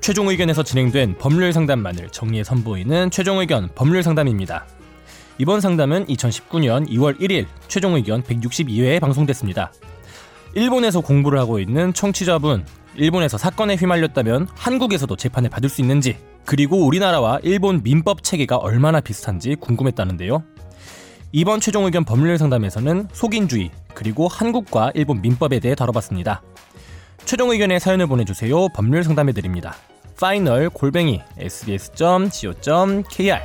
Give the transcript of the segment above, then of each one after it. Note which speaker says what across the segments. Speaker 1: 최종 의견에서 진행된 법률 상담만을 정리해 선보이는 최종 의견 법률 상담입니다. 이번 상담은 2019년 2월 1일 최종 의견 162회에 방송됐습니다. 일본에서 공부를 하고 있는 청취자분, 일본에서 사건에 휘말렸다면 한국에서도 재판을 받을 수 있는지, 그리고 우리나라와 일본 민법 체계가 얼마나 비슷한지 궁금했다는데요. 이번 최종 의견 법률 상담에서는 속인주의, 그리고 한국과 일본 민법에 대해 다뤄봤습니다. 최종 의견에 사연을 보내주세요. 법률 상담해드립니다. 파이널 골뱅이 sbs.co.kr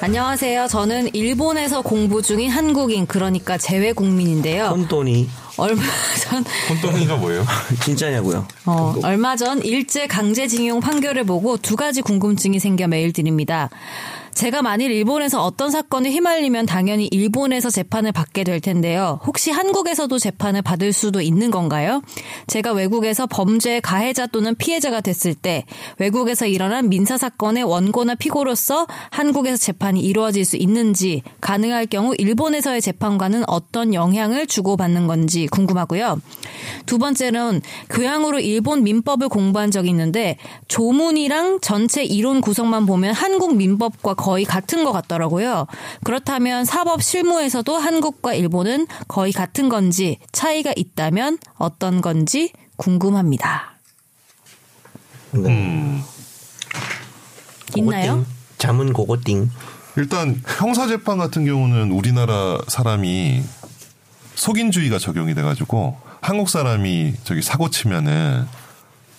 Speaker 2: 안녕하세요. 저는 일본에서 공부 중인 한국인, 그러니까 재외
Speaker 3: 어,
Speaker 2: 국민인데요.
Speaker 3: 혼돈이
Speaker 2: 얼마 전,
Speaker 4: 혼돈이가 뭐예요?
Speaker 3: 진짜냐고요?
Speaker 2: 어, 얼마 전 일제 강제징용 판결을 보고 두 가지 궁금증이 생겨 메일 드립니다. 제가 만일 일본에서 어떤 사건에 휘말리면 당연히 일본에서 재판을 받게 될 텐데요. 혹시 한국에서도 재판을 받을 수도 있는 건가요? 제가 외국에서 범죄의 가해자 또는 피해자가 됐을 때 외국에서 일어난 민사 사건의 원고나 피고로서 한국에서 재판이 이루어질 수 있는지 가능할 경우 일본에서의 재판과는 어떤 영향을 주고받는 건지 궁금하고요. 두 번째는 교양으로 일본 민법을 공부한 적이 있는데 조문이랑 전체 이론 구성만 보면 한국 민법과 거의 같은 것 같더라고요. 그렇다면 사법 실무에서도 한국과 일본은 거의 같은 건지 차이가 있다면 어떤 건지 궁금합니다.
Speaker 3: 네.
Speaker 4: 음.
Speaker 2: 있나요?
Speaker 3: 고고띵. 잠은 고고띵.
Speaker 4: 일단 형사 재판 같은 경우는 우리나라 사람이 속인주의가 적용이 돼가지고 한국 사람이 저기 사고 치면은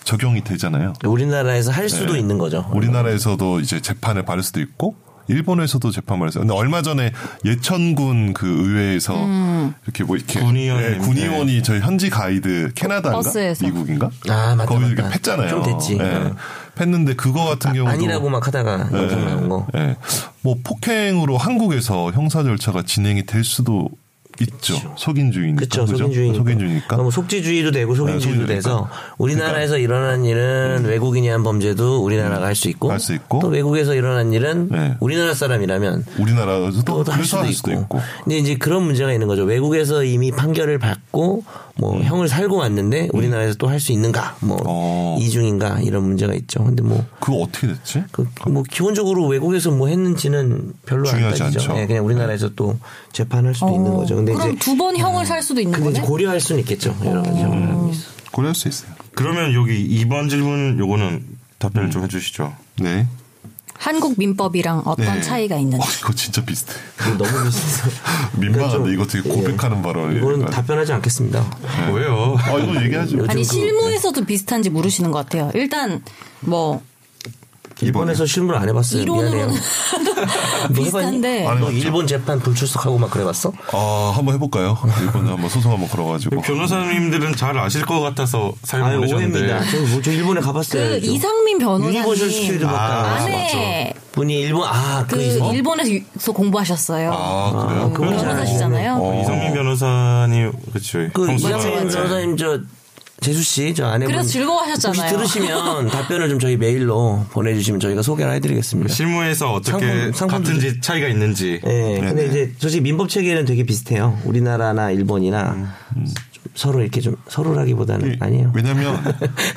Speaker 4: 적용이 되잖아요.
Speaker 3: 우리나라에서 할 수도
Speaker 4: 네.
Speaker 3: 있는 거죠.
Speaker 4: 우리나라에서도 이제 재판을 받을 수도 있고 일본에서도 재판을 해서 근데 얼마 전에 예천군 그 의회에서
Speaker 2: 음.
Speaker 4: 이렇게 뭐 이렇게
Speaker 5: 군의원.
Speaker 4: 예, 군의원이 저희 현지 가이드 캐나다인가
Speaker 2: 버스에서.
Speaker 4: 미국인가
Speaker 3: 네. 아, 맞다,
Speaker 4: 거기 이렇게
Speaker 3: 맞다.
Speaker 4: 팼잖아요. 네.
Speaker 3: 좀 됐지. 어.
Speaker 4: 팼는데 그거 같은 경우도
Speaker 3: 아니라고 막 하다가
Speaker 4: 예,
Speaker 3: 영상 나온 거.
Speaker 4: 예. 뭐 폭행으로 한국에서 형사 절차가 진행이 될 수도 있죠. 속인주의니까.
Speaker 3: 그렇죠.
Speaker 4: 그죠?
Speaker 3: 속인주의니까.
Speaker 4: 그러니까 속인주의니까. 네,
Speaker 3: 그럼 속지주의도 되고 속인주의도
Speaker 4: 속인주의니까. 그러니까.
Speaker 3: 돼서 우리나라에서 일어난 일은 외국인이 한 범죄도 우리나라가 할 수 있고,
Speaker 4: 음. 할수 있고.
Speaker 3: 또 외국에서 일어난 일은
Speaker 4: 네.
Speaker 3: 우리나라 사람이라면
Speaker 4: 우리나라에서도
Speaker 3: 또할
Speaker 4: 그래서
Speaker 3: 수도,
Speaker 4: 할 수도 있고.
Speaker 3: 있고. 근데 이제 그런 문제가 있는 거죠. 외국에서 이미 판결을 받고 뭐 형을 살고 왔는데 우리나라에서 또 할 수 있는가? 뭐
Speaker 4: 음. 어. 이중인가?
Speaker 3: 이중인가? 이런 문제가 있죠. 근데 뭐
Speaker 4: 그거 어떻게 됐지?
Speaker 3: 그, 뭐 기본적으로 외국에서 뭐 했는지는 별로
Speaker 4: 중요하지
Speaker 3: 안 따지죠.
Speaker 4: 않죠. 네.
Speaker 3: 예, 그냥 우리나라에서 또 재판할 수도 있는 거죠. 근데
Speaker 2: 어, 그럼
Speaker 3: 이제
Speaker 2: 두 어. 번 형을 살 수도 있는
Speaker 3: 근데 이제
Speaker 2: 거네?
Speaker 3: 고려할 수는 있겠죠. 여러 가지
Speaker 4: 음.
Speaker 3: 음. 경험이 있어.
Speaker 4: 고려할 수 있어요.
Speaker 5: 그러면 여기 2번 질문 요거는 답변을 좀 해주시죠.
Speaker 4: 음. 네.
Speaker 2: 한국 민법이랑 어떤
Speaker 4: 네.
Speaker 2: 차이가 있는지.
Speaker 4: 어, 이거 진짜 비슷해.
Speaker 3: 이거 너무 비슷해서
Speaker 4: 민망한데
Speaker 3: 좀-
Speaker 4: 이거 되게 고백하는
Speaker 3: 예.
Speaker 4: 발언이.
Speaker 3: 이거는 답변하지 않겠습니다.
Speaker 5: 뭐예요?
Speaker 4: 아, 이거 얘기하죠.
Speaker 2: 아니
Speaker 3: 요즘 그-
Speaker 2: 실무에서도 비슷한지 모르시는 것 같아요. 일단 뭐
Speaker 3: 일본에서 실무를 안 해봤어요.
Speaker 2: 이론으로는
Speaker 3: 네, 미안해요. 너
Speaker 2: 비슷한데
Speaker 4: 아니,
Speaker 3: 너
Speaker 4: 맞죠.
Speaker 3: 일본 재판 불출석하고 막 그래봤어?
Speaker 4: 아, 한번 해볼까요? 일본에 한번 소송 한번 걸어가지고.
Speaker 5: 뭐 변호사님들은 잘 아실 것 같아서 사연
Speaker 3: 아유
Speaker 5: 보내셨는데
Speaker 3: 오해입니다. 저, 뭐, 저 일본에
Speaker 2: 그
Speaker 3: 가봤어요.
Speaker 2: 이상민
Speaker 3: 유니버셜
Speaker 2: 변호사님
Speaker 3: 스튜디오 갔다
Speaker 5: 아,
Speaker 3: 왔어요.
Speaker 2: 안에
Speaker 3: 분이 일본 아그
Speaker 2: 그 일본에서 공부하셨어요.
Speaker 4: 아, 그래요?
Speaker 3: 그거 잘
Speaker 2: 변호사시잖아요.
Speaker 4: 어.
Speaker 5: 이성민 변호사님 그렇죠.
Speaker 3: 그
Speaker 5: 형수가-
Speaker 2: 맞아,
Speaker 3: 이상민
Speaker 2: 맞아.
Speaker 3: 변호사님 저 재수 씨저 아내분
Speaker 2: 그래서 즐거워하셨잖아요.
Speaker 3: 혹시 들으시면 답변을 좀 저희 메일로 보내주시면 저희가 소개를 해드리겠습니다.
Speaker 5: 실무에서 어떻게
Speaker 3: 상품- 상품
Speaker 5: 같은지 차이가 있는지
Speaker 3: 예, 근데 이제 솔직히 민법 체계는 되게 비슷해요. 우리나라나 일본이나 좀 서로 이렇게 좀 서로라기보다는 아니에요.
Speaker 4: 예. 왜냐면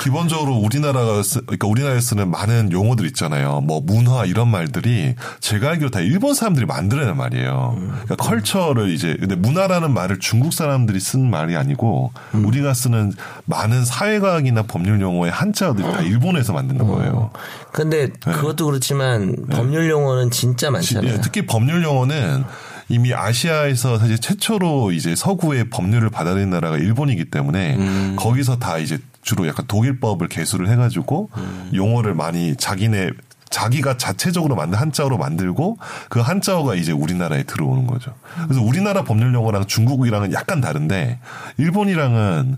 Speaker 4: 기본적으로 우리나라가 쓰, 그러니까 우리나라에 쓰는 많은 용어들 있잖아요. 뭐 문화 이런 말들이 제가 알기로 다 일본 사람들이 만들어낸 말이에요.
Speaker 3: 음.
Speaker 4: 그러니까 컬처를 이제 근데 문화라는 말을 중국 사람들이 쓴 말이 아니고
Speaker 3: 음.
Speaker 4: 우리가 쓰는 많은 사회과학이나 법률 용어의 한자들이
Speaker 3: 음.
Speaker 4: 다 일본에서 만드는 거예요.
Speaker 3: 근데 그것도 그렇지만 법률 용어는 진짜
Speaker 4: 지-
Speaker 3: 많잖아요.
Speaker 4: 예, 특히 법률 용어는 이미 아시아에서 사실 최초로 이제 서구의 법률을 받아들인 나라가 일본이기 때문에
Speaker 3: 음.
Speaker 4: 거기서 다 이제 주로 약간 독일법을 개수를 해가지고
Speaker 3: 음.
Speaker 4: 용어를 많이 자기네 자기가 자체적으로 만든 한자어로 만들고 그 한자어가 이제 우리나라에 들어오는 거죠. 그래서 우리나라 법률 용어랑 중국이랑은 약간 다른데 일본이랑은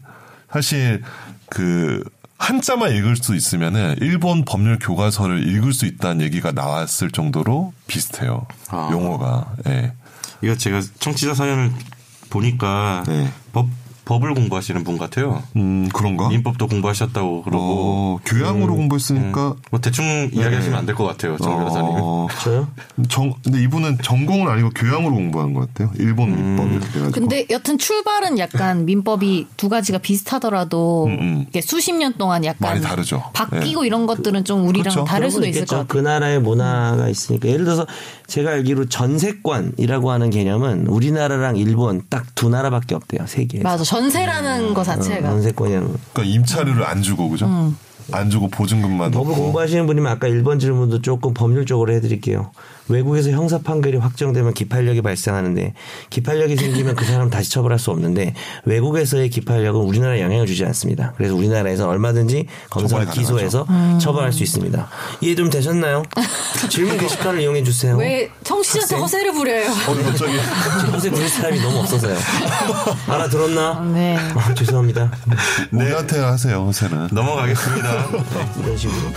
Speaker 4: 사실 그 한자만 읽을 수 있으면은 일본 법률 교과서를 읽을 수 있다는 얘기가 나왔을 정도로 비슷해요.
Speaker 5: 아.
Speaker 4: 용어가. 예.
Speaker 5: 이거 제가 청취자 사연을 보니까
Speaker 4: 네.
Speaker 5: 법 법을 공부하시는 분 같아요.
Speaker 4: 음,
Speaker 3: 뭐?
Speaker 4: 그런가?
Speaker 5: 민법도 공부하셨다고 그러고
Speaker 4: 어, 교양으로 공부했으니까
Speaker 5: 뭐 대충
Speaker 3: 네.
Speaker 5: 이야기하시면 안 될 것 같아요, 정 변호사님.
Speaker 4: 어,
Speaker 3: 저요?
Speaker 4: 정, 근데 이분은 전공은 아니고 교양으로 공부한 것 같아요. 일본 민법 이렇게 돼가지고.
Speaker 2: 근데 여튼 출발은 약간 민법이 두 가지가 비슷하더라도
Speaker 4: 음.
Speaker 2: 이게 수십 년 동안 약간
Speaker 4: 많이 다르죠. 예.
Speaker 2: 바뀌고 이런 것들은 좀 우리랑
Speaker 4: 그렇죠.
Speaker 2: 다를
Speaker 3: 그런
Speaker 2: 수도
Speaker 3: 건
Speaker 2: 있을 것 같아요.
Speaker 3: 있겠죠. 그 나라의 문화가 있으니까 예를 들어서 제가 알기로 전세권이라고 하는 개념은 우리나라랑 일본 딱 두 나라밖에 없대요 세계에서.
Speaker 2: 맞아. 전세라는 거 자체가
Speaker 3: 전세권이라는 건.
Speaker 4: 그러니까 임차료를 안 주고 그죠?
Speaker 2: 음.
Speaker 4: 안 주고 보증금만
Speaker 3: 법을
Speaker 2: 네.
Speaker 4: 넣고.
Speaker 3: 공부하시는 분이면 아까 1번 질문도 조금 법률적으로 해드릴게요. 외국에서 형사 판결이 확정되면 기판력이 발생하는데 기판력이 생기면 그 사람 다시 처벌할 수 없는데 외국에서의 기판력은 우리나라에 영향을 주지 않습니다. 그래서 우리나라에서 얼마든지 검사가
Speaker 4: 처벌이
Speaker 3: 기소해서
Speaker 2: 음.
Speaker 3: 처벌할 수 있습니다. 이해 좀 되셨나요? 질문 게시판을 이용해 주세요.
Speaker 2: 왜
Speaker 4: 아,
Speaker 2: 청취자한테
Speaker 3: 학생?
Speaker 2: 허세를 부려요?
Speaker 4: 오늘 갑자기
Speaker 3: 요새 부를 사람이 너무 없어서요.
Speaker 4: 어.
Speaker 3: 알아들었나?
Speaker 2: 네.
Speaker 3: 아, 죄송합니다.
Speaker 4: 네. 내한테 하세요, 세는.
Speaker 5: 넘어가겠습니다.
Speaker 3: 이런 식으로.